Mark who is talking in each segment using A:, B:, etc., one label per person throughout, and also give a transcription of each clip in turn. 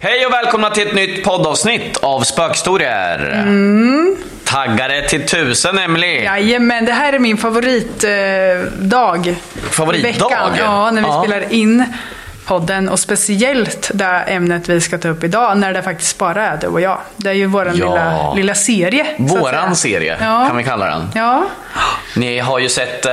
A: Hej och välkomna till ett nytt poddavsnitt av Spökhistorier.
B: Mm.
A: Taggade till tusen Emily.
B: Jajamän, det här är min favoritdag. Eh, dag.
A: Favoritdag?
B: Veckan. Ja, när vi
A: Ja.
B: spelar in podden och speciellt det ämnet vi ska ta upp idag när det faktiskt bara är du och jag. Det är ju våran
A: Ja.
B: lilla, lilla serie. så att säga.
A: Våran serie
B: Ja.
A: kan vi kalla den.
B: Ja,
A: Ni har ju sett eh,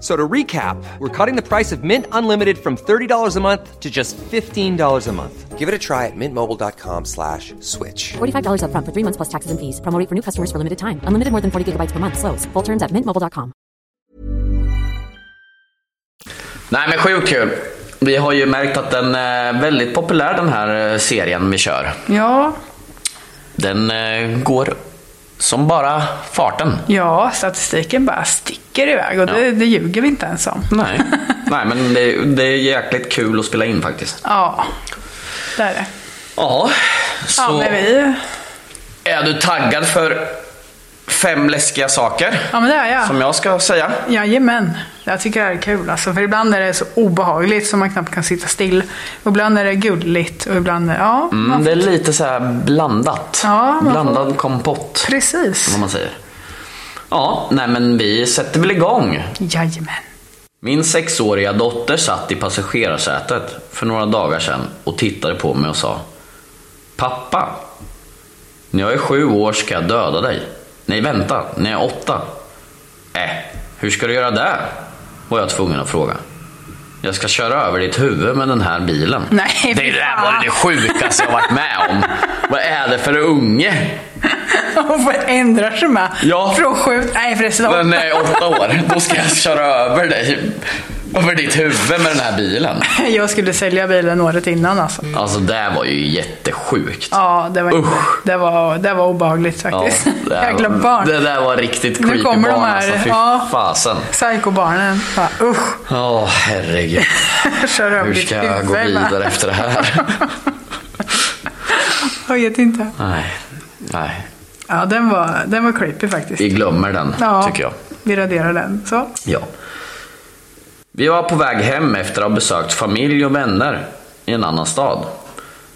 C: So to recap, we're cutting the price of Mint Unlimited from $30 a month to just $15 a month.
D: Give it a try at mintmobile.com slash switch.
E: $45 upfront for three months plus taxes and fees. Promo rate for new customers for limited time. Unlimited more than 40 gigabytes per month. Slows. Full terms at mintmobile.com.
A: Nej men sjukt kul. Vi har ju märkt att den är väldigt populär den här eh, serien vi kör.
B: ja,
A: Den eh, går som bara farten.
B: ja, statistiken bara sticker iväg och det, det ljuger vi inte ens om.
A: Nej, Nej men det, det är jäkligt kul att spela in faktiskt.
B: Ja, det är det.
A: Ja, så
B: Ja, men vi...
A: är du taggad för fem läskiga saker?
B: Ja, Mm, men det är jag.
A: Som jag ska säga.
B: Jajamän, jag tycker det här är kul alltså. För ibland är det så obehagligt så man knappt kan sitta still. Och ibland är det gulligt och ibland, ja.
A: Mm,
B: man-
A: det är lite så här blandat.
B: Ja, man får-
A: Blandad kompott,
B: Precis.
A: vad man säger. Ja, nej men vi sätter väl igång.
B: Jajamän.
A: Min sexåriga dotter satt i passagerarsätet för några dagar sedan och tittade på mig och sa Pappa, när jag är sju år ska jag döda dig. Nej, vänta, när jag är åtta. Äh, hur ska du göra det? var jag tvungen att fråga. Jag ska köra över ditt huvud med den här bilen.
B: Nej,
A: det,
B: fy
A: där
B: fan.
A: var det sjukaste jag varit med om. Vad är det för unge?
B: Hon förändrar sig med.
A: Ja.
B: Från sju, nej förresten.
A: Men när jag är åtta år, då ska jag köra över dig. Över ditt huvud med den här bilen.
B: Jag skulle sälja bilen året innan alltså.
A: Alltså det var ju jättesjukt.
B: Ja, det var, inte,
A: Usch.
B: det var, det var obehagligt faktiskt.
A: där
B: Jäkla
A: var-
B: barn.
A: Det där var riktigt
B: Nu
A: creepy
B: kommer de
A: barn
B: här,
A: alltså. Fy
B: ja.
A: fasen.
B: Psykobarnen. Bara, Usch,
A: Åh herregud.
B: kör över
A: Hur
B: ditt
A: ska jag gå
B: huvud.
A: vidare efter det här?
B: Jag vet inte.
A: Nej, nej.
B: Ja, den var, den var creepy faktiskt.
A: Vi glömmer den,
B: Ja,
A: tycker jag.
B: vi raderar den. Så.
A: Ja. Vi var på väg hem efter att ha besökt familj och vänner i en annan stad.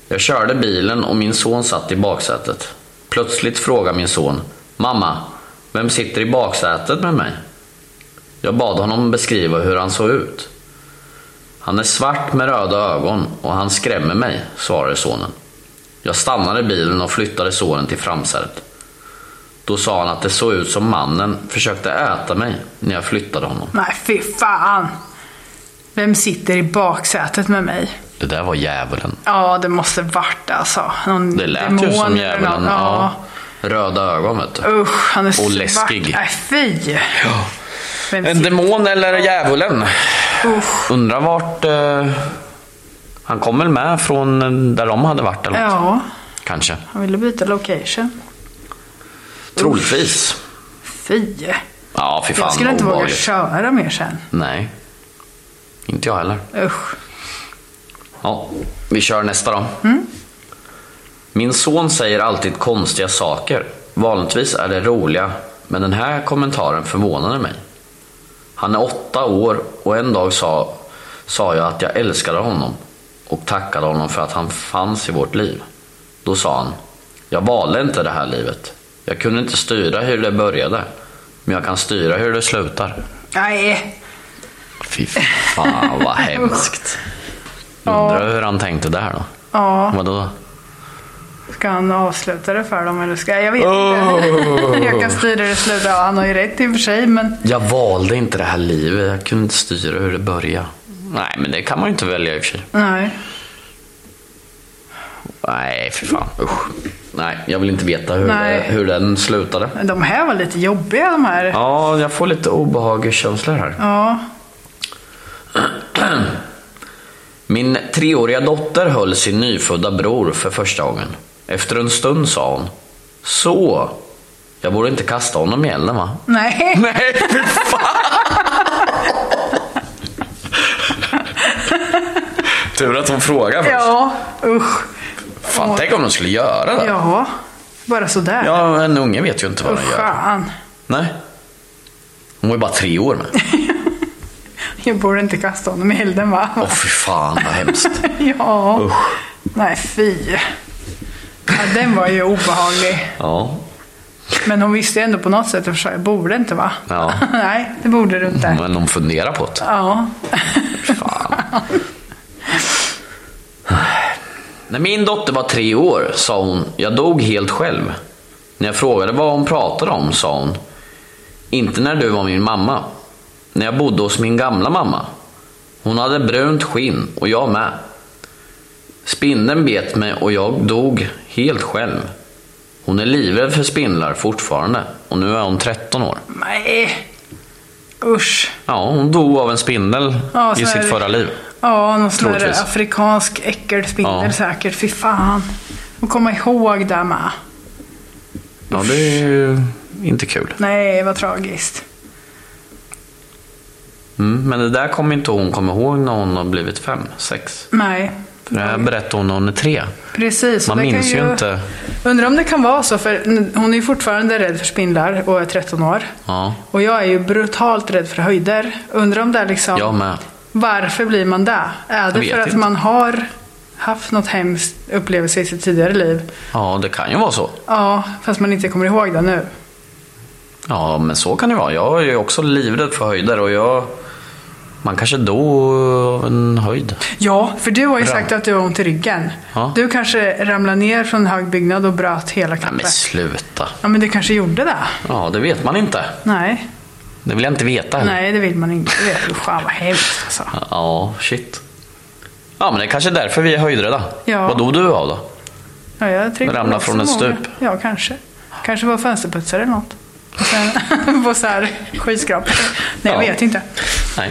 A: Jag körde bilen och min son satt i baksätet. Plötsligt frågade min son, Mamma, vem sitter i baksätet med mig? Jag bad honom beskriva hur han såg ut. Han är svart med röda ögon och han skrämmer mig, svarade sonen. Jag stannade bilen och flyttade sonen till framsätet. Då sa han att det såg ut som mannen försökte äta mig när jag flyttade honom.
B: Nej, fy fan. Vem sitter i baksätet med mig?
A: Det där var djävulen.
B: Ja, det måste varit alltså. Någon
A: Det lät
B: demon
A: ju som
B: eller något.
A: djävulen. Ja. Röda ögon vet du.
B: Usch, han är svart.
A: läskig.
B: Nej, fy. Vem
A: En
B: sitter-
A: demon eller djävulen?
B: Usch.
A: Undrar vart... Eh, han kom väl med från eh, där de hade varit eller något.
B: Ja,
A: Kanske.
B: han ville byta location.
A: Troligtvis.
B: Fy.
A: Ja, fy fan.
B: Jag skulle inte våga
A: obehagligt.
B: köra mer sen.
A: Nej. Inte jag heller.
B: Usch.
A: Ja, vi kör nästa då. Min son säger alltid konstiga saker. Vanligtvis är det roliga, men den här kommentaren förvånade mig. Han är åtta år och en dag sa, sa jag att jag älskade honom och tackade honom för att han fanns i vårt liv. Då sa han, jag valde inte det här livet. Jag kunde inte styra hur det började, men jag kan styra hur det slutar.
B: Nej.
A: Fy fan vad hemskt. Undrar hur han tänkte där då.
B: Ja,
A: Vadå?
B: ska han avsluta det för dem eller ska jag? Jag vet
A: Oh.
B: inte. jag kan styra det slut. Ja, han har ju rätt i och för sig, men
A: Jag valde inte det här livet, jag kunde inte styra hur det började. Nej, men det kan man ju inte välja i och för sig.
B: nej.
A: Nej, för fan. Usch. Nej, jag vill inte veta hur,
B: Nej.
A: det, hur den slutade.
B: Men De här var lite jobbiga de här. Ja.
A: Ja, jag får lite obehagskänslor här. Min treåriga dotter höll sin nyfödda bror för första gången. Efter en stund sa hon. Så, jag borde inte kasta honom i elden va?
B: Nej.
A: Nej, fy fan! Tur att hon frågar först.
B: Ja, usch.
A: Fan, tänk om de skulle göra det.
B: Ja, bara sådär.
A: Ja, en unge vet ju inte vad den
B: Usch,
A: gör.
B: fan.
A: Nej. Hon var ju bara tre år med.
B: Jag borde inte kasta honom i elden va?
A: Åh fy fan vad hemskt.
B: ja.
A: Usch.
B: Nej, fy. Ja, den var ju obehaglig.
A: Ja.
B: Men hon visste ju ändå på något sätt att jag borde inte va?
A: Ja.
B: Nej, det borde du inte.
A: Men de funderar på det.
B: Ja.
A: När min dotter var tre år sa hon, jag dog helt själv. När jag frågade vad hon pratade om sa hon, inte när du var min mamma. När jag bodde hos min gamla mamma. Hon hade brunt skinn och jag med. Spindeln bet mig och jag dog helt själv. Hon är livrädd för spindlar fortfarande och nu är hon 13 år.
B: Nej. Usch.
A: Ja, hon dog av en spindel
B: Ja,
A: i
B: så är
A: sitt
B: det.
A: förra liv.
B: Ja, någon sån där
A: Troligtvis.
B: afrikansk äckelspindel
A: Ja.
B: säkert. Fy fan. Och komma ihåg det med.
A: Ja, det är ju inte kul.
B: Nej, vad tragiskt.
A: Mm, men det där kommer inte hon komma ihåg när hon har blivit fem, sex.
B: Nej.
A: För det här berättar hon när hon är tre.
B: Precis. och
A: Man
B: det kan
A: minns ju inte.
B: Undrar om det kan vara så, för hon är ju fortfarande rädd för spindlar och är 13 år.
A: Ja,
B: Och jag är ju brutalt rädd för höjder. Undrar om det är liksom...
A: jag med.
B: Varför blir man det? Är det
A: vet
B: för att
A: inte.
B: man har haft något hemskt upplevelse i sitt tidigare liv?
A: Ja, det kan ju vara så.
B: Ja, fast man inte kommer ihåg det nu.
A: Ja, men så kan det vara. Jag är ju också livrädd för höjder och jag... Man kanske dog av en höjd.
B: Ja, för du har ju
A: Bra.
B: sagt att du har ont i ryggen.
A: Ja.
B: Du kanske ramlade ner från en hög byggnad och bröt hela
A: Nej,
B: knoppen.
A: men sluta.
B: Ja, men du kanske gjorde det?
A: Ja, det vet man inte.
B: Nej,
A: Det vill jag inte veta heller.
B: nej det vill man inte. Det är ju fan vad hemskt alltså.
A: Ja, shit. Ja, men det är kanske är därför vi är höjdrädda.
B: Ja.
A: Vad dog du av då?
B: Ja, jag tryckte
A: Ramla
B: också
A: från ett
B: många.
A: stup.
B: Ja, kanske. Kanske var fönsterputsare eller något. Och sen på så här skyskrapor. Nej, jag
A: Ja.
B: vet inte.
A: Nej.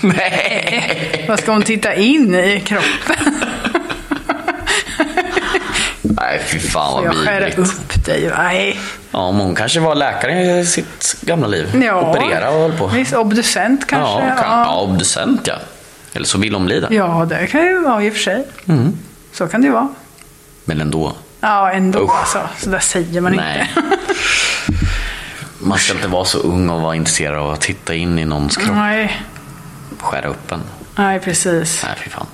B: Nej. Vad ska hon titta in i kroppen?
A: Nej, fy fan vad
B: Jag skär
A: vidrigt.
B: upp dig. Nej.
A: Ja, men hon kanske var läkare i sitt gamla liv.
B: Ja.
A: Operera och höll på.
B: Visst, obducent kanske?
A: Ja, kan, ja, obducent ja. Eller så vill hon bli det.
B: Ja, det kan ju vara i och för sig.
A: Mm.
B: Så kan det ju vara.
A: Men ändå.
B: Ja, ändå
A: Usch.
B: alltså. Så där säger man
A: Nej.
B: inte.
A: Man ska inte vara så ung och vara intresserad av att titta in i någons kropp.
B: Nej,
A: Skära upp en.
B: nej precis.
A: Nej, fy fan.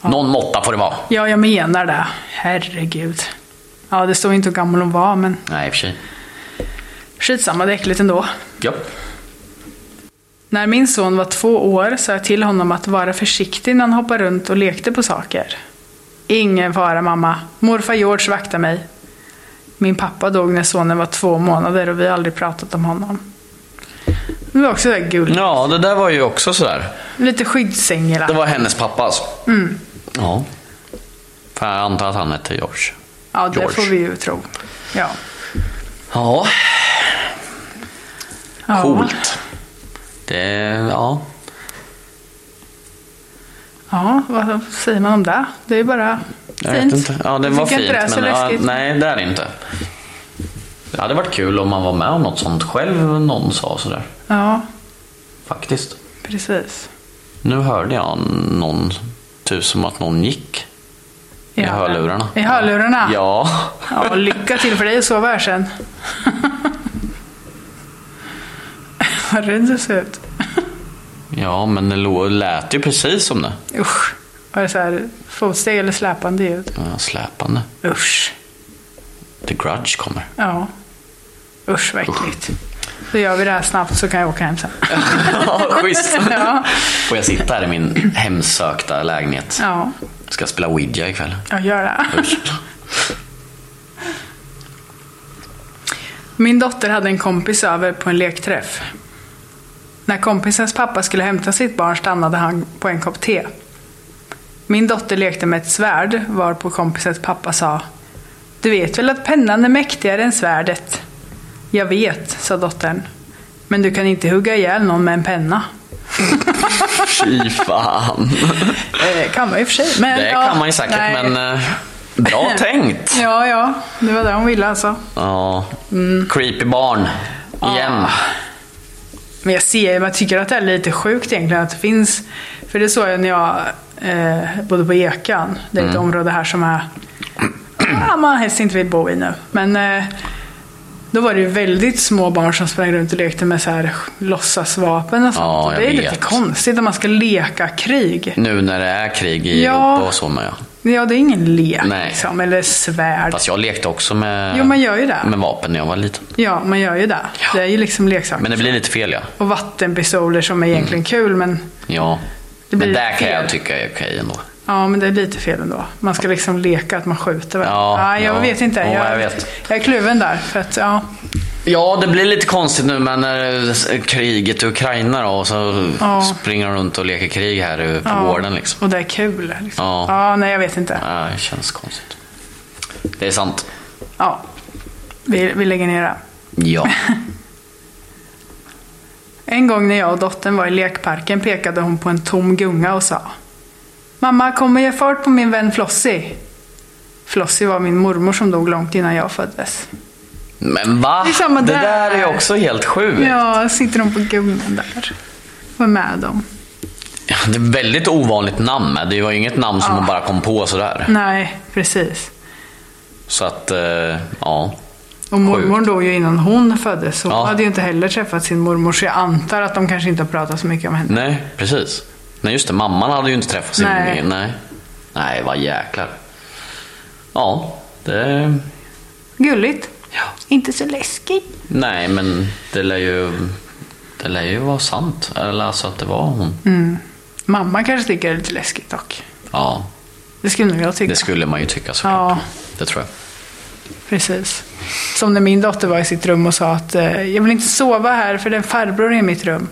A: Någon måtta får det vara.
B: Ja, jag menar det. Herregud. Ja, det står ju inte hur gammal hon var, men
A: Nej, i och för sig.
B: skitsamma, det är äckligt ändå.
A: Ja.
B: När min son var två år sa jag till honom att vara försiktig när han hoppade runt och lekte på saker. Ingen fara mamma. Morfar George vaktar mig. Min pappa dog när sonen var två månader och vi har aldrig pratat om honom. Det var också där gulligt.
A: ja, det där var ju också sådär.
B: Lite skyddsängel. Mm.
A: Det var hennes pappa alltså. Ja. För jag antar att han hette George.
B: Ja, det
A: George.
B: får vi ju tro. Ja.
A: Ja,
B: ja.
A: coolt. Det, ja.
B: Ja, vad säger man om det? Det är ju bara
A: Jag
B: fint.
A: vet inte. Ja, det
B: Jag
A: var
B: tycker
A: fint.
B: inte det är så
A: men, ja,
B: läskigt.
A: nej, det är det inte. Det hade varit kul om man var med om något sånt själv, någon sa sådär.
B: Ja,
A: Faktiskt.
B: precis.
A: Nu hörde jag någon, typ som att någon gick i
B: Ja.
A: hörlurarna.
B: I hörlurarna?
A: Ja.
B: Ja, och lycka till för dig att sova här sen. Vad rädd du ser ut.
A: Ja, men det lå- lät ju precis som det.
B: Usch. Var det så här fotsteg eller släpande ljud?
A: Ja, Släpande.
B: Usch.
A: The Grudge kommer.
B: Ja. Usch vad äckligt. Då gör vi det här snabbt så kan jag åka hem sen.
A: Ja, schysst.
B: Ja.
A: Får jag sitta här i min hemsökta lägenhet?
B: Ja,
A: Ska spela Ouija ikväll.
B: jag gör det.
A: Usch.
B: Min dotter hade en kompis över på en lekträff. När kompisens pappa skulle hämta sitt barn stannade han på en kopp te. Min dotter lekte med ett svärd varpå kompisens pappa sa Du vet väl att pennan är mäktigare än svärdet? Jag vet, sa dottern. Men du kan inte hugga ihjäl någon med en penna.
A: Fy fan.
B: Eh, kan man ju i och för sig. Men,
A: Det
B: ja,
A: kan man ju säkert,
B: nej.
A: men eh, bra tänkt.
B: Ja, ja. Det var det hon ville alltså.
A: Ja. Creepy barn. Igen.
B: Men jag ser, man tycker att det är lite sjukt egentligen att det finns. För det såg jag när jag eh, bodde på Ekan. Det är
A: Mm.
B: ett område här som är, ja, man helst inte vill bo i nu. Men eh, då var det ju väldigt små barn som sprang runt och lekte med så här låtsasvapen och sånt.
A: Ja,
B: Och
A: jag
B: det är
A: vet.
B: lite konstigt om man ska leka krig.
A: Nu när det är krig i
B: Ja.
A: Europa och så med. ja.
B: Ja, det är ingen lek
A: Nej.
B: liksom, eller svärd.
A: Fast jag lekte också med,
B: Jo, man gör ju det.
A: med vapen när jag var liten.
B: Ja, man gör ju det. Det är ju liksom leksaker.
A: Men det blir lite fel ja.
B: Och vattenpistoler som är egentligen kul, men
A: Ja.
B: Det blir
A: men där kan
B: fel.
A: jag tycka är okej ändå.
B: Ja, men det är lite fel ändå. Man ska liksom leka att man skjuter väl?
A: Ja,
B: Nej, jag
A: ja.
B: vet inte.
A: Ja,
B: jag,
A: jag vet.
B: jag är kluven där. För att, ja,
A: Ja, det blir lite konstigt nu men när eh, kriget i Ukraina då och så
B: Ja.
A: springer de runt och leker krig här eh, på
B: ja.
A: gården liksom.
B: Och det är kul. Liksom.
A: Ja.
B: nej, jag vet inte.
A: Ja, det känns konstigt. Det är sant.
B: Ja. Vi, vi lägger ner det.
A: Ja.
B: En gång när jag och dottern var i lekparken pekade hon på en tom gunga och sa Mamma, kom och ge fart på min vän Flossie. Flossie var min mormor som dog långt innan jag föddes.
A: Men va?
B: Det är samma
A: det
B: där.
A: där är också helt sjukt.
B: Ja, sitter hon på gungan där. Vad med dem.
A: Ja, Det är ett väldigt ovanligt namn med. Det var ju inget namn som man bara kom på
B: Mm.
A: sådär.
B: Nej, precis.
A: Så att, eh, ja.
B: Och mormor
A: Sjukt.
B: dog ju innan hon föddes. Så hon
A: Ja.
B: hade ju inte heller träffat sin mormor. Så jag antar att de kanske inte har pratat så mycket om henne.
A: Nej, precis. Nej, just det. Mamman hade ju inte träffat sin
B: Nej.
A: Nej. Nej. Nej, vad jäklar. Ja, det...
B: Gulligt. Inte så läskigt.
A: Nej, men det lär ju... Det lär ju vara sant. Eller alltså att det var hon.
B: Mm. Mamma kanske tycker det är lite läskigt dock.
A: Ja,
B: Det skulle nog jag tycka.
A: det skulle man ju tycka såklart.
B: Ja.
A: Det tror jag.
B: Precis. Som när min dotter var i sitt rum och sa att eh, jag vill inte sova här för det är en farbror i mitt rum.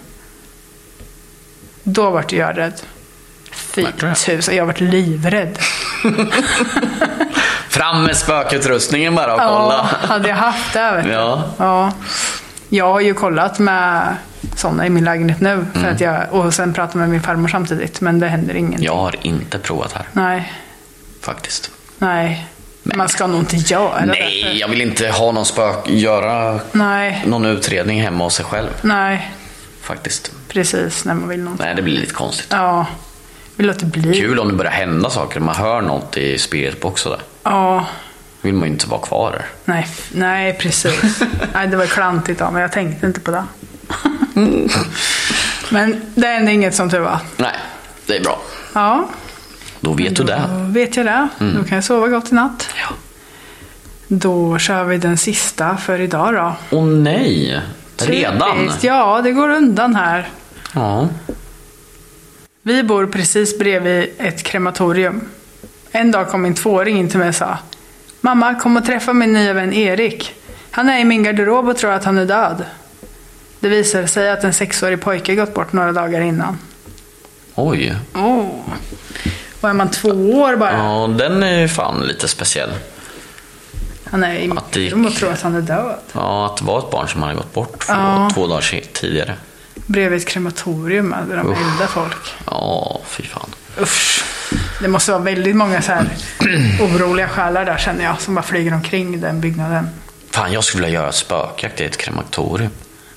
B: Då vart jag rädd. Fy
A: Vart du det?
B: tusan, jag vart livrädd.
A: Fram med spökutrustningen bara och
B: Ja,
A: kolla.
B: hade jag haft det vet du.
A: Ja.
B: ja. Jag har ju kollat med sådana i min lägenhet nu. För
A: Mm.
B: att jag, och sen pratat med min farmor samtidigt. Men det händer ingenting.
A: Jag har inte provat här,
B: Nej,
A: faktiskt.
B: nej. Man ska nog inte göra det.
A: Nej, jag vill inte ha någon spök... Göra
B: Nej,
A: någon utredning hemma hos sig själv,
B: nej.
A: faktiskt.
B: Precis, när man vill någonting.
A: Nej, det blir lite konstigt.
B: Ja, vi låter bli.
A: Kul om det börjar hända saker, man hör något i spiritbox och där.
B: Ja,
A: vill man ju inte vara kvar där.
B: nej, f- nej precis. nej, det var klantigt av mig. Jag tänkte inte på det.
A: Mm.
B: men det hände inget som tur var.
A: Nej, det är bra.
B: Ja.
A: Då vet du det. Mm.
B: Då vet jag det. Då kan jag sova gott i natt.
A: Ja.
B: Då kör vi den sista för idag då.
A: Åh nej! Redan?
B: Typiskt. Ja, det går undan här.
A: Ja.
B: Vi bor precis bredvid ett krematorium. En dag kom min tvååring in till mig och sa Mamma, kom och träffa min nya vän Erik. Han är i min garderob och tror att han är död. Det visade sig att en sexårig pojke gått bort några dagar innan.
A: Oj.
B: Oh. Och är man två år bara?
A: Ja, den är ju fan lite speciell.
B: Han är i
A: Att
B: mitt
A: det gick-
B: rum och tror att han är död.
A: Ja, att det var ett barn som hade gått bort för
B: Ja.
A: två dagar se- tidigare.
B: Bredvid ett krematorium där de
A: Usch.
B: eldar folk.
A: Ja, fy fan.
B: Usch. Det måste vara väldigt många så här oroliga själar där känner jag, som bara flyger omkring den byggnaden.
A: Fan, jag skulle vilja göra ett spökjakt i ett krematorium.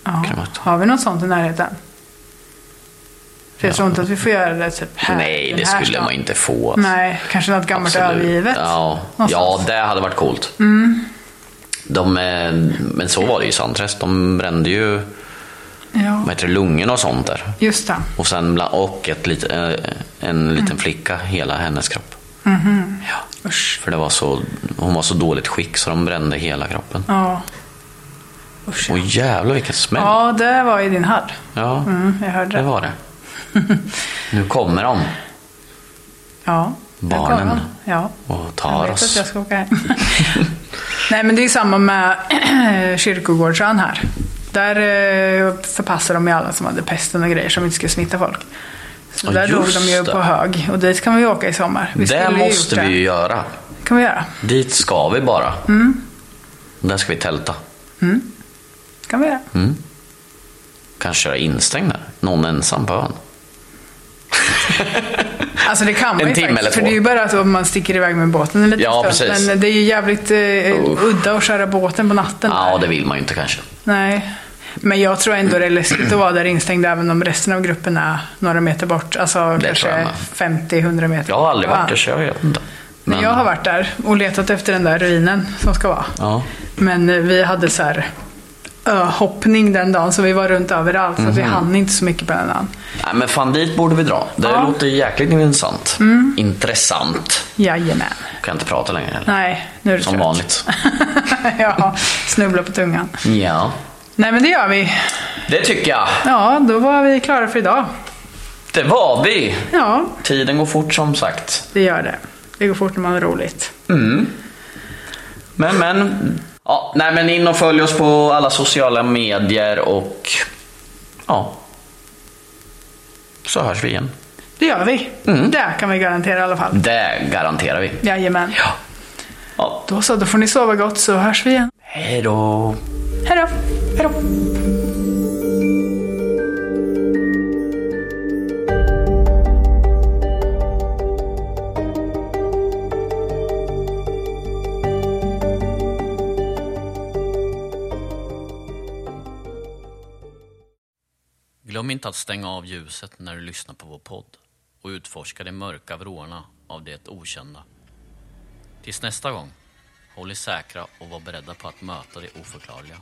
B: Ja.
A: Krematorium.
B: Har vi något sånt i närheten? För jag tror inte att vi får göra det typ här.
A: Nej,
B: den
A: det
B: här
A: skulle
B: stan.
A: man inte få.
B: Nej, kanske något gammalt
A: Absolut.
B: övergivet.
A: Ja. ja,
B: Någonstans. Mm.
A: det hade varit coolt. De, eh, men så var det ju i Sandträsk. De brände ju
B: Ja.
A: vad heter det, lungorna och sånt där.
B: Just det.
A: Och, sen, bland- och ett lit, eh, en liten
B: Mm.
A: flicka, hela hennes kropp. Ja.
B: Usch.
A: För det var så, hon var så dåligt skick så de brände hela kroppen.
B: Ja. Usch.
A: Och jävlar vilken smäll.
B: Ja, det var i din hall.
A: Ja,
B: Mm, jag hörde
A: det var det. nu kommer de
B: Ja. där kom
A: Barnen.
B: han. Ja.
A: och
B: Jag
A: tar
B: vet att
A: oss.
B: jag ska åka hem. Nej, men det är samma med kyrkogårdsön här. Där eh, förpassar de ju alla som hade pesten och grejer som inte skulle smitta folk. Så
A: Ja,
B: där dog
A: just
B: de ju
A: det.
B: på hög och dit kan vi åka i sommar. Vi
A: det
B: skulle ju
A: måste
B: gjort
A: vi ju göra.
B: det. kan vi göra.
A: Dit ska vi bara.
B: Mm.
A: Där ska vi tälta.
B: kan vi göra.
A: Mm. Kanske köra instängd där. Någon ensam på ön.
B: Alltså det kan man
A: En
B: ju
A: timme
B: faktiskt.
A: eller
B: För
A: två.
B: det är ju bara att om man sticker iväg med båten en liten
A: Ja,
B: stund.
A: precis.
B: Men det är ju jävligt eh,
A: Uff.
B: udda att köra båten på natten.
A: Ja,
B: där.
A: det vill man ju inte kanske.
B: Nej. Men jag tror ändå det är läskigt att vara där instängd även om resten av gruppen är några meter bort. Alltså
A: tror jag
B: kanske
A: med.
B: 50-100 meter.
A: Jag har aldrig
B: Ja.
A: varit där så jag vet inte.
B: Men jag har varit där och letat efter den där ruinen som ska vara.
A: Ja.
B: Men eh, vi hade så här öhoppning den dagen så vi var runt överallt. Så att vi
A: Mhm.
B: hann inte så mycket på den dagen.
A: Nej, men fan dit borde vi dra. Det
B: Ja.
A: låter jäkligt intressant. Intressant.
B: Jajamän.
A: Kan inte prata längre heller.
B: Nej, nu är det
A: Som
B: trött.
A: vanligt.
B: ja, snubbla på tungan.
A: Ja.
B: Nej men det gör vi.
A: Det tycker jag.
B: Ja, då var vi klara för idag.
A: Det var vi.
B: Ja,
A: Tiden går fort som sagt.
B: det gör det. Det går fort när man har roligt.
A: Men men. Ja, nej men in och följ oss på alla sociala medier och ja. Så hörs vi igen.
B: Det gör vi. Det kan vi garantera i alla
A: Mm.
B: fall.
A: Det garanterar vi.
B: Jajamän.
A: Ja. ja.
B: Då så, då får ni sova gott så hörs vi igen.
A: Hej då.
B: Hej då! Hej då!
A: Glöm inte att stänga av ljuset när du lyssnar på vår podd och utforska de mörka vrårna av det okända. Tills nästa gång, håll er säkra och var beredda på att möta det oförklarliga.